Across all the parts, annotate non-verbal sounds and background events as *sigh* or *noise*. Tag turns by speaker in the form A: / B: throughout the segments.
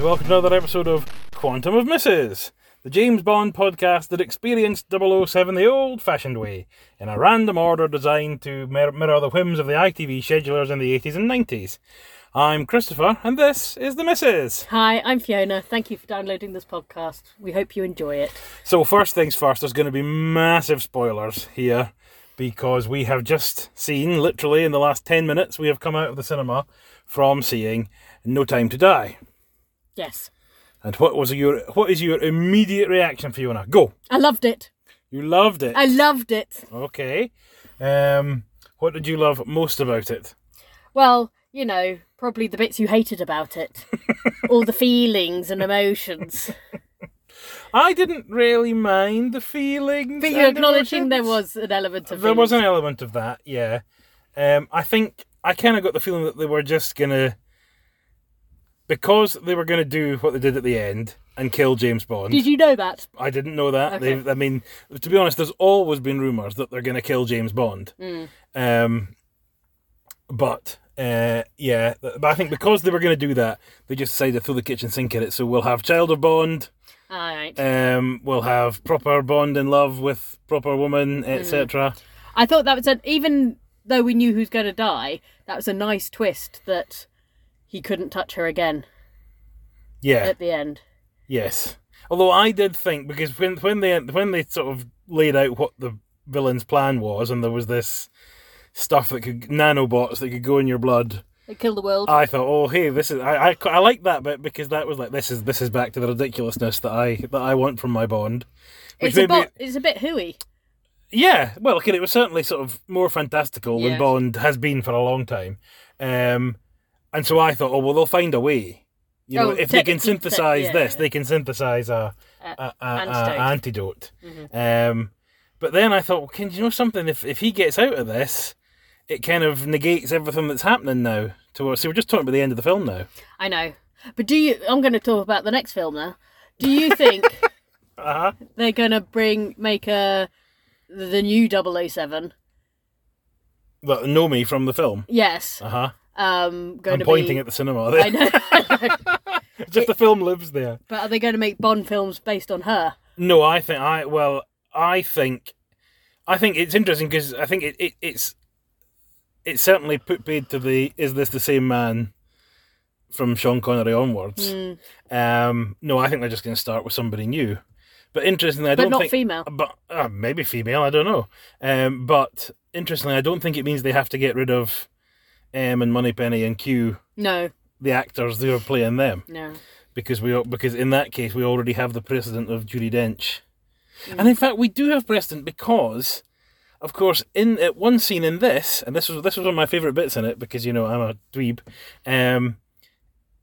A: Oh, another episode of Quantum of Misses, the James Bond podcast that experienced 007 the old fashioned way, in a random order designed to mir- mirror the whims of the ITV schedulers in the 80s and 90s. I'm Christopher, and this is The Misses.
B: Hi, I'm Fiona. Thank you for downloading this podcast. We hope you enjoy it.
A: So, first things first, there's going to be massive spoilers here because we have just seen, literally in the last 10 minutes, we have come out of the cinema from seeing No Time to Die.
B: Yes,
A: And what was your what is your immediate reaction, Fiona? Go.
B: I loved it.
A: You loved it.
B: I loved it.
A: okay. Um, what did you love most about it?
B: Well, you know, probably the bits you hated
A: *laughs*
B: about it, all the feelings and emotions.
A: I didn't really mind the feelings.
B: But you're
A: and
B: acknowledging there
A: emotions.
B: was an element of
A: there was
B: feelings.
A: an element of that. Yeah. Um, I think I kind of got the feeling that they were just gonna because they were gonna do what they did at the end and kill James Bond.
B: Did you know that?
A: I didn't know that.
B: Okay.
A: They've, I mean, to be honest, there's always been rumours that they're going to kill James Bond. Um, but uh, yeah, th- but I think because they were going to do that, they just decided to throw the kitchen sink at it. So we'll have Child of Bond,
B: All right.
A: um, we'll have proper Bond in love with proper woman, etc.
B: I thought that was an even though we knew who's going to die, that was a nice twist that he couldn't touch her again
A: Yeah.
B: at the end.
A: Yes. Although I did think because when when they when they sort of laid out what the villain's plan was, and there was this stuff that could nanobots that could go in your blood.
B: It killed the world.
A: I thought, oh, hey, this is I, I, I like that bit because that was like this is this is back to the ridiculousness that I that I want from my Bond.
B: it's
A: made
B: a
A: me-
B: bit. It's a bit hooey.
A: Yeah, well, okay, it was certainly sort of more fantastical than
B: Yes.
A: Bond has been for a long time, um, and so I thought, oh well, they'll find a way. You know,
B: Oh,
A: if they can
B: technically, te-
A: synthesize
B: yeah.
A: this, they can synthesize a
B: Uh,
A: a, a, a
B: Antidote. Mm-hmm.
A: antidote. Um, but then I thought, well, can you know something? If if he gets out of this, it kind of negates everything that's happening now. Towards see, we're just talking about the end of the film now.
B: I know. But do you? I'm going to talk about the next film now. Do you think
A: *laughs* Uh-huh.
B: they're going to bring make a the new 007?
A: that know me from the film.
B: Yes.
A: Uh huh.
B: Um, going
A: I'm
B: to
A: pointing
B: be,
A: at the cinema. *laughs*
B: I know. *laughs* I know.
A: Just the film lives there.
B: but are they going to make Bond films based on her?
A: No, I think I well, I think, I think it's interesting because I think it, it it's, it's certainly put paid to the is this the same man, from Sean Connery onwards.
B: Mm,
A: Um, no, I think they're just going to start with somebody new. But interestingly, I
B: but
A: don't
B: not
A: think
B: female.
A: but uh, maybe female. I don't know. Um, but interestingly, I don't think it means they have to get rid of M and Moneypenny and Q
B: No,
A: the actors who are playing them
B: no.
A: because we because in that case we already have the precedent of Judy Dench, and in fact we do have precedent because, of course, in at one scene in this and this was this was one of my favourite bits in it because you know I'm a dweeb, um,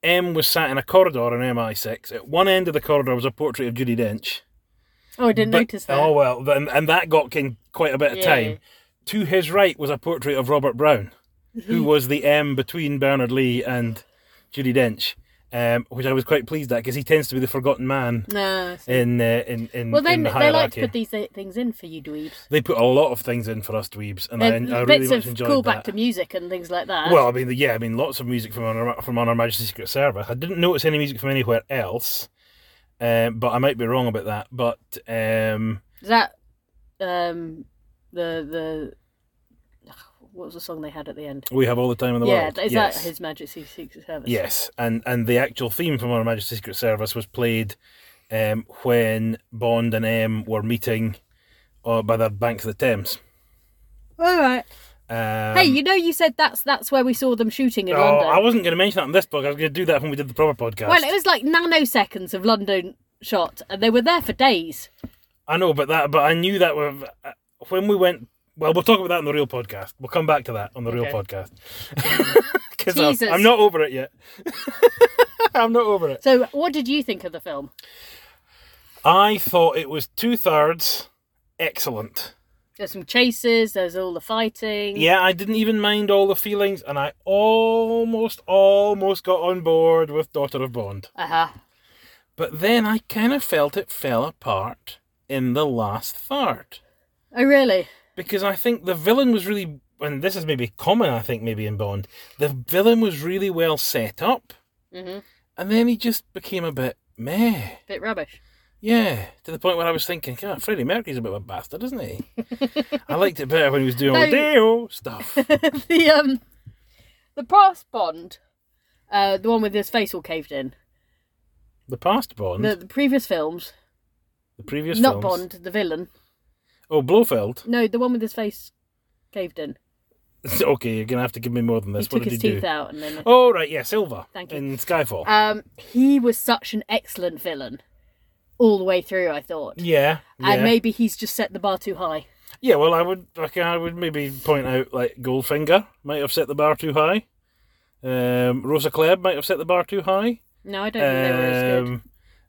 A: M was sat in a corridor in MI6. At one end of the corridor was a portrait of Judy Dench.
B: Oh, I didn't
A: but-
B: notice that.
A: Oh well, then, and that got King quite a bit of
B: Yeah.
A: time. To his right was a portrait of Robert Brown, who
B: *laughs*
A: was the M between Bernard Lee and Judy Dench, um, which I was quite pleased at because he tends to be the forgotten man
B: No.
A: in uh, in in,
B: Well, they
A: in the
B: they like to
A: hierarchy.
B: put these uh, things in for you dweebs.
A: they put a lot of things in for us dweebs, and I,
B: They're
A: I really
B: bits
A: much
B: of
A: enjoyed
B: callback
A: that.
B: to music and things like that.
A: well, I mean, yeah, I mean, lots of music from Honor, from Honor Majesty's Secret Service. I didn't notice any music from anywhere else, um, but I might be wrong about that. But um,
B: Is that um the *sighs* the what was the song they had at the end?
A: we have all the time in the
B: yeah,
A: world.
B: is
A: Yes.
B: that His Majesty's Secret Service?
A: Yes, and and the actual theme from Her Majesty's Secret Service was played um, when Bond and M were meeting uh, by the banks of the Thames.
B: All right.
A: Um,
B: hey, you know, you said that's that's where we saw them shooting in
A: oh,
B: London.
A: I wasn't going to mention that on this book. I was going to do that when we did the proper podcast.
B: Well, it was like nanoseconds of London shot, and they were there for days.
A: I know, but that, but I knew that were, uh, when we went. Well, we'll talk about that on the real podcast. We'll come back to that on the real
B: Okay. *laughs*
A: podcast *laughs* because
B: Jesus.
A: I'm not over it yet. *laughs* I'm not over it.
B: So, what did you think of the film?
A: I thought it was two thirds excellent.
B: There's some chases. There's all the fighting.
A: Yeah, I didn't even mind all the feelings, and I almost, almost got on board with Daughter of Bond.
B: Uh huh.
A: But then I kind of felt it fell apart in the last third.
B: Oh, really?
A: Because I think the villain was really, and this is maybe common, I think, maybe in Bond, the villain was really well set up.
B: Mhm.
A: and then he just became a bit meh.
B: Bit rubbish. *laughs*
A: Yeah, to the point where I was thinking, God, Freddie Mercury's a bit of a bastard, isn't
B: *laughs*
A: he? I liked it better when he was doing all the
B: No.
A: Dio
B: *laughs*
A: stuff.
B: the um the past Bond, uh, the one with his face all caved in.
A: The past Bond,
B: The,
A: the,
B: the previous films,
A: previous
B: not
A: films.
B: Bond, the villain.
A: Oh, Blofeld. *laughs*
B: No, the one with his face caved in.
A: okay, you're gonna have to give me more than this.
B: he
A: what
B: took
A: did
B: his
A: he
B: teeth
A: do?
B: out and then.
A: Oh right, yeah, Silver.
B: Thank you.
A: In Skyfall.
B: Um, he was such an excellent villain, all the way through. I thought,
A: yeah. Yeah.
B: and maybe he's just set the bar too high.
A: yeah. Well, I would. Like, I would maybe point out like Goldfinger might have set the bar too high. Um, Rosa Klebb might have set the bar too high.
B: No, I don't think they were as good.
A: Um,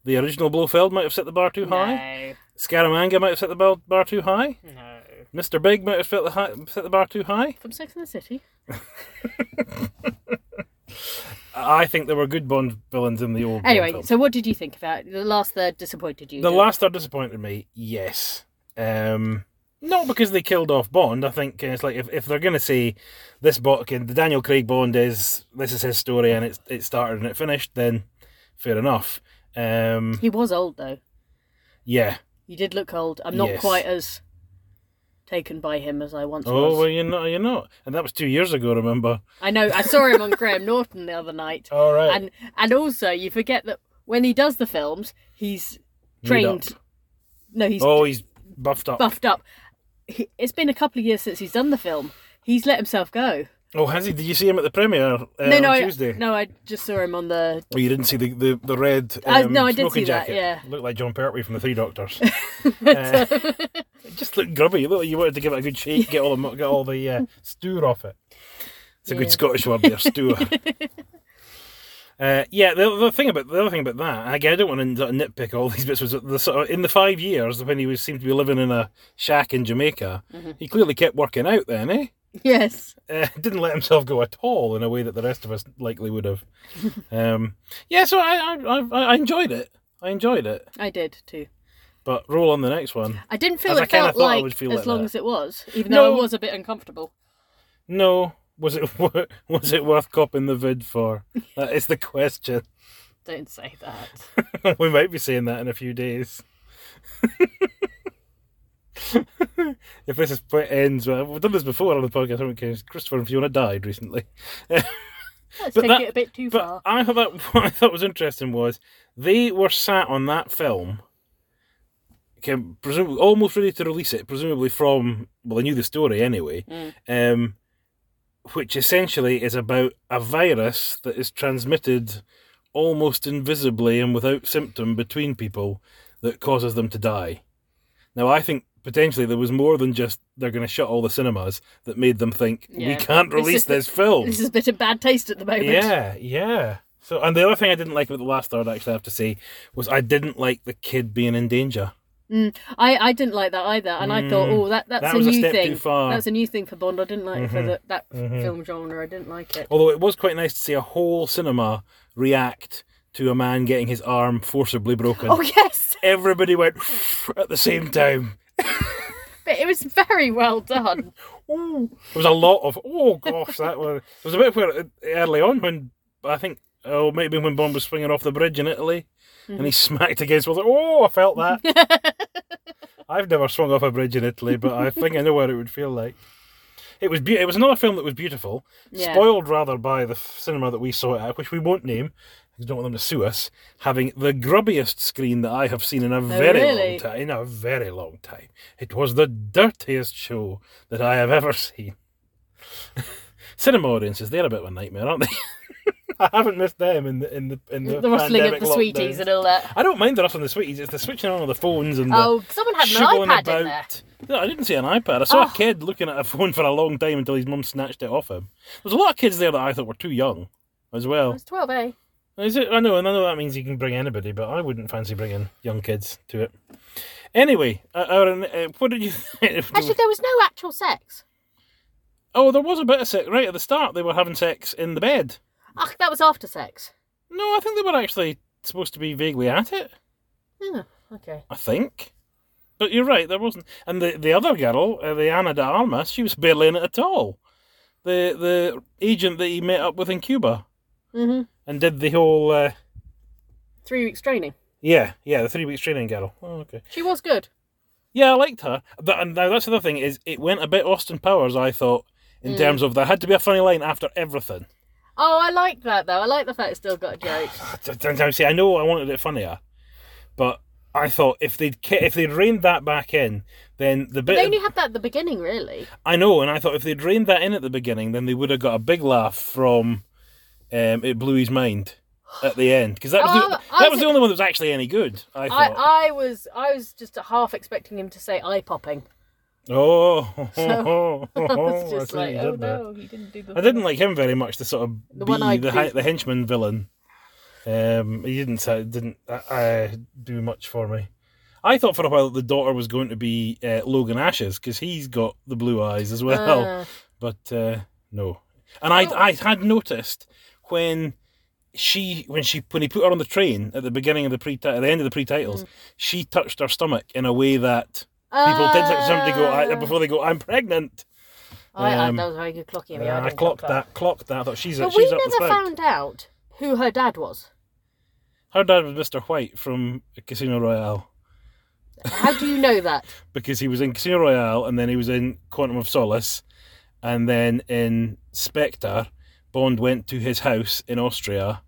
A: the original Blofeld might have set the bar too high. Scaramanga might have set the bar, bar too high.
B: No, no.
A: Mr. Big might have set the, hi- set the bar too high.
B: From Sex and the City.
A: I I think there were good Bond villains in the old. Bond
B: Anyway,
A: films.
B: so what did you think about it? the last third? Disappointed you?
A: The
B: didn't it?
A: last third disappointed me, yes. Um, not because they killed off Bond. I think uh, it's like if, if they're going to say this Bond, the Daniel Craig Bond is this is his story and it's it started and it finished, then fair enough. Um,
B: He was old though.
A: yeah.
B: You did look old. I'm not
A: Yes.
B: quite as taken by him as I once
A: Oh
B: was.
A: well, you're not. You're not. And that was two years ago. Remember?
B: I know. I saw him on Graham Norton the other night,
A: All right.
B: and and also you forget that when he does the films, he's trained. No, he's
A: Oh, he's buffed up.
B: buffed up. He, it's been a couple of years since he's done the film. He's let himself go.
A: Oh, has he? Did you see him at the premiere uh,
B: no,
A: on
B: no,
A: Tuesday?
B: I, no. I just saw him on the. *laughs*
A: Oh, you didn't see the the, the red. Um,
B: I- Uh, no, I did
A: smoking
B: see that,
A: jacket.
B: yeah.
A: looked like John Pertwee from the Three
B: *laughs*
A: Doctors. Uh, *laughs* it just looked grubby. It looked like you wanted to give it a good shake, get all the mu- get all the
B: *laughs*
A: uh, stew off it. It's a
B: Yeah.
A: good Scottish word there,
B: *laughs*
A: stew. Uh, yeah, the, the thing about the other thing about that again, I don't want to nitpick all *laughs* these bits. Was that the sort of, in the five years when he was seemed to be living in a shack in Jamaica,
B: Mm-hmm.
A: he clearly kept working out then, eh?
B: Yes,
A: uh, *laughs* didn't let himself go at all in a way that the rest of us likely would have. um, yeah, so I, I I I enjoyed it. I enjoyed it.
B: I did too.
A: But roll on the next one.
B: I didn't feel
A: As I
B: it
A: kinda
B: felt
A: thought I
B: like
A: would feel
B: as
A: like
B: long
A: that.
B: as it was, even
A: No.
B: though I was a bit uncomfortable.
A: No, was it *laughs* wor- was it worth copping the vid for? That is the question. *laughs*
B: Don't say that.
A: we might be saying that in a few days. *laughs* if this is where it ends, well, we've done this before on the podcast, haven't we? 'Cause Christopher and Fiona died recently.
B: Let's
A: But
B: take
A: that-
B: it a bit too
A: But
B: far.
A: I thought that, *laughs* what I thought was interesting was they were sat on that film, okay, presumably almost ready to release it, presumably from well, they knew the story anyway, um, which essentially is about a virus that is transmitted almost invisibly and without symptom between people that causes them to die. Now, I think potentially there was more than just they're going to shut all the cinemas that made them think we
B: Yeah.
A: can't
B: It's
A: release
B: just that-
A: this film.
B: This is a bit of bad taste at the moment.
A: Yeah, yeah. So, and the other thing I didn't like about the last third, actually, I have to say, was I didn't like the kid being in danger.
B: I, I didn't like that either, and I thought,
A: Mm.
B: oh, that that's
A: That
B: a
A: was a
B: new
A: step too
B: thing.
A: far.
B: That's a new thing for Bond. I didn't like it for
A: Mhm.
B: the, that
A: Mhm.
B: film genre. I didn't like it.
A: Although it was quite nice to see a whole cinema react to a man getting his arm forcibly broken.
B: Oh yes,
A: Everybody went *laughs* at the same time.
B: but it was very well done.
A: Ooh. There was a lot of oh gosh, that was. There was a bit where early on when I think oh maybe when Bond was swinging off the bridge in Italy, and he smacked against. Was like oh I felt that. I've never swung off a bridge in Italy, but I think I know what it would feel like. It was be- it was another film that was beautiful,
B: Yeah.
A: spoiled rather by the f- cinema that we saw it at, which we won't name because we don't want them to sue us, having the grubbiest screen that I have seen in a very
B: Oh, really?
A: long time. In a very long time, it was the dirtiest show that I have ever seen. *laughs* cinema audiences, they're a bit of a nightmare, aren't they? *laughs* I haven't missed them in the in the in *laughs* the,
B: the rustling of
A: pandemic
B: the sweeties
A: lockdowns.
B: and all that.
A: I don't mind the rustling of the sweeties. It's the switching on of the phones and the
B: Oh, someone had an
A: shuggling
B: iPad
A: about.
B: in there.
A: No, I didn't see an iPad. I saw
B: Oh.
A: a kid looking at a phone for a long time until his mum snatched it off him. There's a lot of kids there that I thought were too young, as well.
B: It's twelve, eh?
A: Mm. Is it? I know, and I know that means you can bring anybody, but I wouldn't fancy bringing young kids to it. Anyway, uh, Aaron, uh, what did you? think?
B: Actually, there was no actual sex.
A: oh, there was a bit of sex right at the start. They were having sex in the bed.
B: Ach, Ah, that was after sex.
A: No, I think they were actually supposed to be vaguely at it.
B: Hmm, okay.
A: I think. But you're right, there wasn't. And the, the other girl, uh, the Ana de Armas, she was barely in it at all. The the agent that he met up with in Cuba
B: Mm-hmm.
A: and did the whole uh,
B: three weeks training.
A: Yeah, yeah, the three weeks training girl. Oh, okay.
B: She was good.
A: Yeah, I liked her. That, and now that's another thing is it went a bit Austin Powers. I thought in terms of there had to be a funny line after everything. *sighs*
B: Oh, I like that though. I like the fact it's still got a joke.
A: Sometimes see, I know I wanted it funnier, but I thought if they'd ke- if they'd reined that back in, then the bit
B: They only had that at the beginning, really.
A: I know, and I thought if they'd reined that in at the beginning, then they would have got a big laugh from um, "It Blew His Mind" at the end because that was
B: Oh,
A: the,
B: I
A: that
B: was-
A: was the only one that was actually any good. I
B: I,
A: thought.
B: I was I was just half expecting him to say eye popping.
A: oh, *laughs*
B: *laughs* I was just
A: see what
B: like,
A: you
B: oh
A: did there.
B: no, he didn't do the.
A: I didn't like him very much. The sort of
B: The
A: the
B: one-eyed
A: the, hi-
B: thief.
A: the henchman villain. Um, he didn't say- didn't uh, uh, do much for me. I thought for a while that the daughter was going to be uh, Logan Ashes because he's got the blue eyes as well.
B: Ah.
A: but uh, no. And I,
B: Oh.
A: I had noticed when she when she when he put her on the train at the beginning of the pre at the end of the pre titles,
B: Mm.
A: she touched her stomach in a way that
B: Oh.
A: people tend to somebody go I,
B: Ah.
A: before they go I'm pregnant.
B: I, I-
A: um,
B: Oh, that was very good clocking. me.
A: Uh, I
B: didn't
A: clocked
B: clock
A: that. Clocked that. I thought she's a,
B: But
A: she's
B: we
A: up the
B: never
A: spout.
B: found out who her dad was.
A: Her dad was Mr. White from Casino Royale
B: How do you know that?
A: *laughs* because he was in Casino Royale and then he was in Quantum of Solace and then in Spectre. Bond went to his house in Austria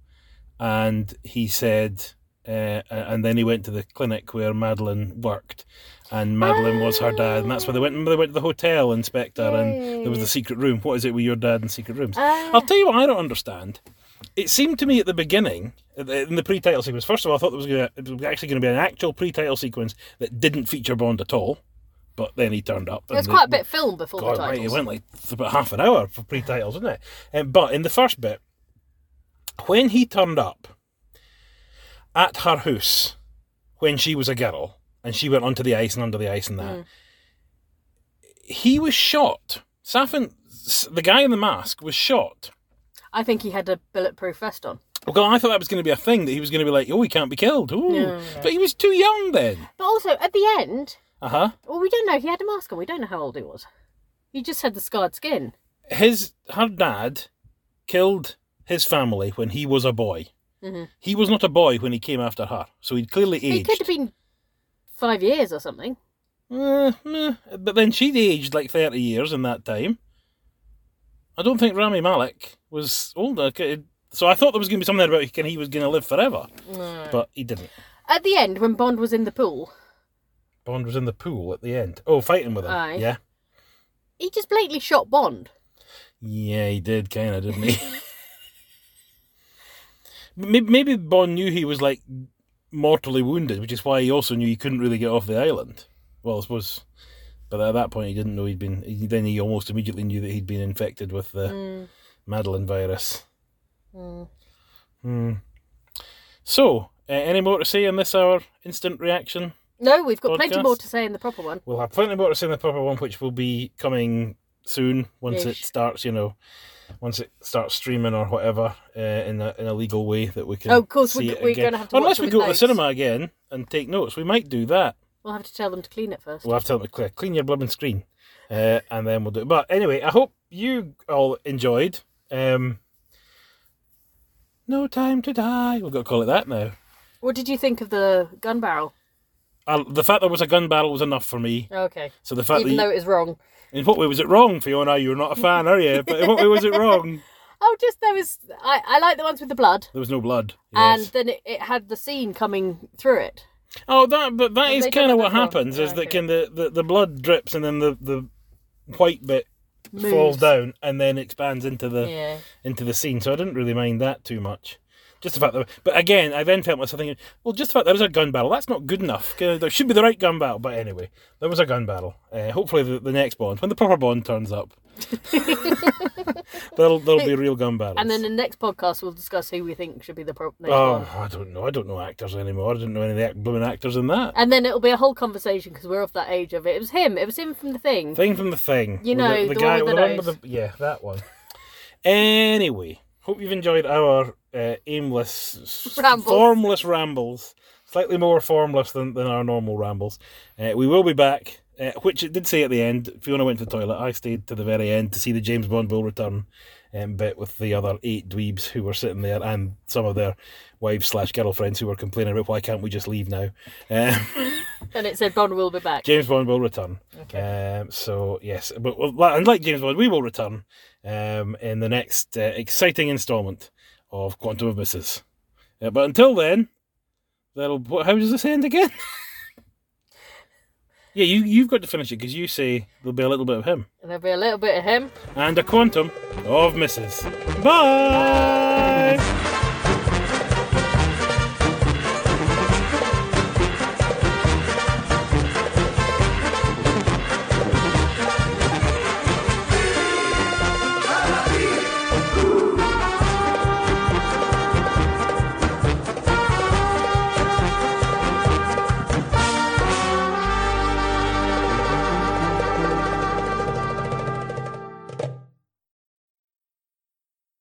A: and he said, uh, and then he went to the clinic where Madeline worked and Madeline was her dad. And that's where they went. Remember, they went to the hotel in Spectre and there was the secret room. What is it with your dad and secret rooms?
B: Ah.
A: I'll tell you what I don't understand. It seemed to me at the beginning, at the- in the pre-title sequence, first of all, I thought there was, gonna, it was actually going to be an actual pre-title sequence that didn't feature Bond at all, but then he turned up. and
B: There's
A: the-
B: quite a bit filmed before
A: God,
B: the
A: right, it
B: titles.
A: went like th- about half an hour for pre-titles, didn't it? Um, but in the first bit, when he turned up at her house when she was a girl, and she went onto the ice and under the ice and that,
B: Mm.
A: he was shot. Safin, s- the guy in the mask, was shot.
B: I think he had a bulletproof vest on.
A: Well, I thought that was going to be a thing that he was going to be like, oh, he can't be killed. Ooh.
B: No.
A: But he was too young then.
B: But also at the end,
A: Uh huh.
B: well, we don't know. He had a mask on. We don't know how old he was. He just had the scarred skin.
A: his her dad killed his family when he was a boy.
B: Mhm.
A: He was not a boy when he came after her, so he'd clearly
B: He
A: aged.
B: could have been five years or something.
A: Eh, meh. But then she'd aged like thirty years in that time. I don't think Rami Malek was older, c- so I thought there was going to be something about he- can he was going to live forever, but he didn't.
B: At the end, when Bond was in the pool,
A: Bond was in the pool at the end. Oh, fighting with him.
B: Aye.
A: Yeah,
B: he just blatantly shot Bond.
A: yeah, he did kind of, didn't he? maybe, maybe Bond knew he was like mortally wounded, which is why he also knew he couldn't really get off the island. Well, I suppose, but at that point he didn't know he'd been. He, then he almost immediately knew that he'd been infected with the Madeline virus. Hmm. So, uh, any more to say on this? Our instant reaction.
B: No, we've got plenty
A: Podcast?
B: more to say in the proper one.
A: We'll have plenty more to say in the proper one, which will be coming soon once it
B: Ish.
A: starts. You know, once it starts streaming or whatever uh, in a in a legal way that we can.
B: Oh, of course,
A: see
B: we-
A: it
B: we're
A: again.
B: gonna have to watch
A: Unless
B: it
A: we
B: with
A: go to the
B: notes.
A: cinema again and take notes, we might do that.
B: We'll have to tell them to clean it first.
A: We'll have to tell them to clear, clean your blooming screen, uh, and then we'll do it. But anyway, I hope you all enjoyed. Um, no time to die. We've got to call it that now.
B: What did you think of the gun barrel?
A: Uh, the fact there was a gun barrel was enough for me.
B: Okay.
A: So the fact
B: Even
A: that you-
B: though it was wrong.
A: in what way was it wrong, Fiona? You're not a fan, are you? But in what way was it wrong?
B: Oh, just there was. I, I like the ones with the blood.
A: There was no blood.
B: And
A: Yes.
B: then it, it had the scene coming through it.
A: oh, that but that
B: Have
A: is
B: they done
A: kind
B: that
A: of what
B: before?
A: happens is
B: Yeah,
A: that
B: okay.
A: can the, the the blood drips and then the the white bit falls
B: Moves.
A: down and then expands into the
B: Yeah.
A: into the scene. So I didn't really mind that too much. Just the fact that, but again, I then felt myself thinking, well, just the fact there is a gun barrel, that's not good enough. Okay, There should be the right gun barrel, but anyway, there was a gun barrel. Uh, hopefully, the, the next Bond, when the proper Bond turns
B: *laughs*
A: up, *laughs* there'll there'll be real gun barrels.
B: And then in the next podcast, we'll discuss who we think should be the pro- next
A: Oh,
B: one.
A: I don't know. I don't know actors anymore. I didn't know any of the act- blooming actors in that.
B: And then it'll be a whole conversation because we're of that age of it. It was him. It was him from the thing.
A: Thing from the thing.
B: You
A: With
B: know, the one with the nose.
A: the yeah, that one. Anyway, hope you've enjoyed our uh, aimless, s-
B: Rambles.
A: formless rambles. Slightly more formless than, than our normal rambles. Uh, we will be back, uh, which it did say at the end. Fiona went to the toilet. I stayed to the very end to see the James Bond will return. um, bit with the other eight dweebs who were sitting there and some of their wives slash girlfriends who were complaining about why can't we just leave now. Um,
B: And it said Bond will be back.
A: James Bond will return. Um, so yes, but well, and like James Bond, we will return um, in the next uh, exciting instalment of Quantum of Misses. Uh, but until then, that'll. what- How does this end again? *laughs* yeah, you you've got to finish it because you say there'll be a little bit of him
B: And there'll be a little bit of him.
A: and a quantum of misses. Bye.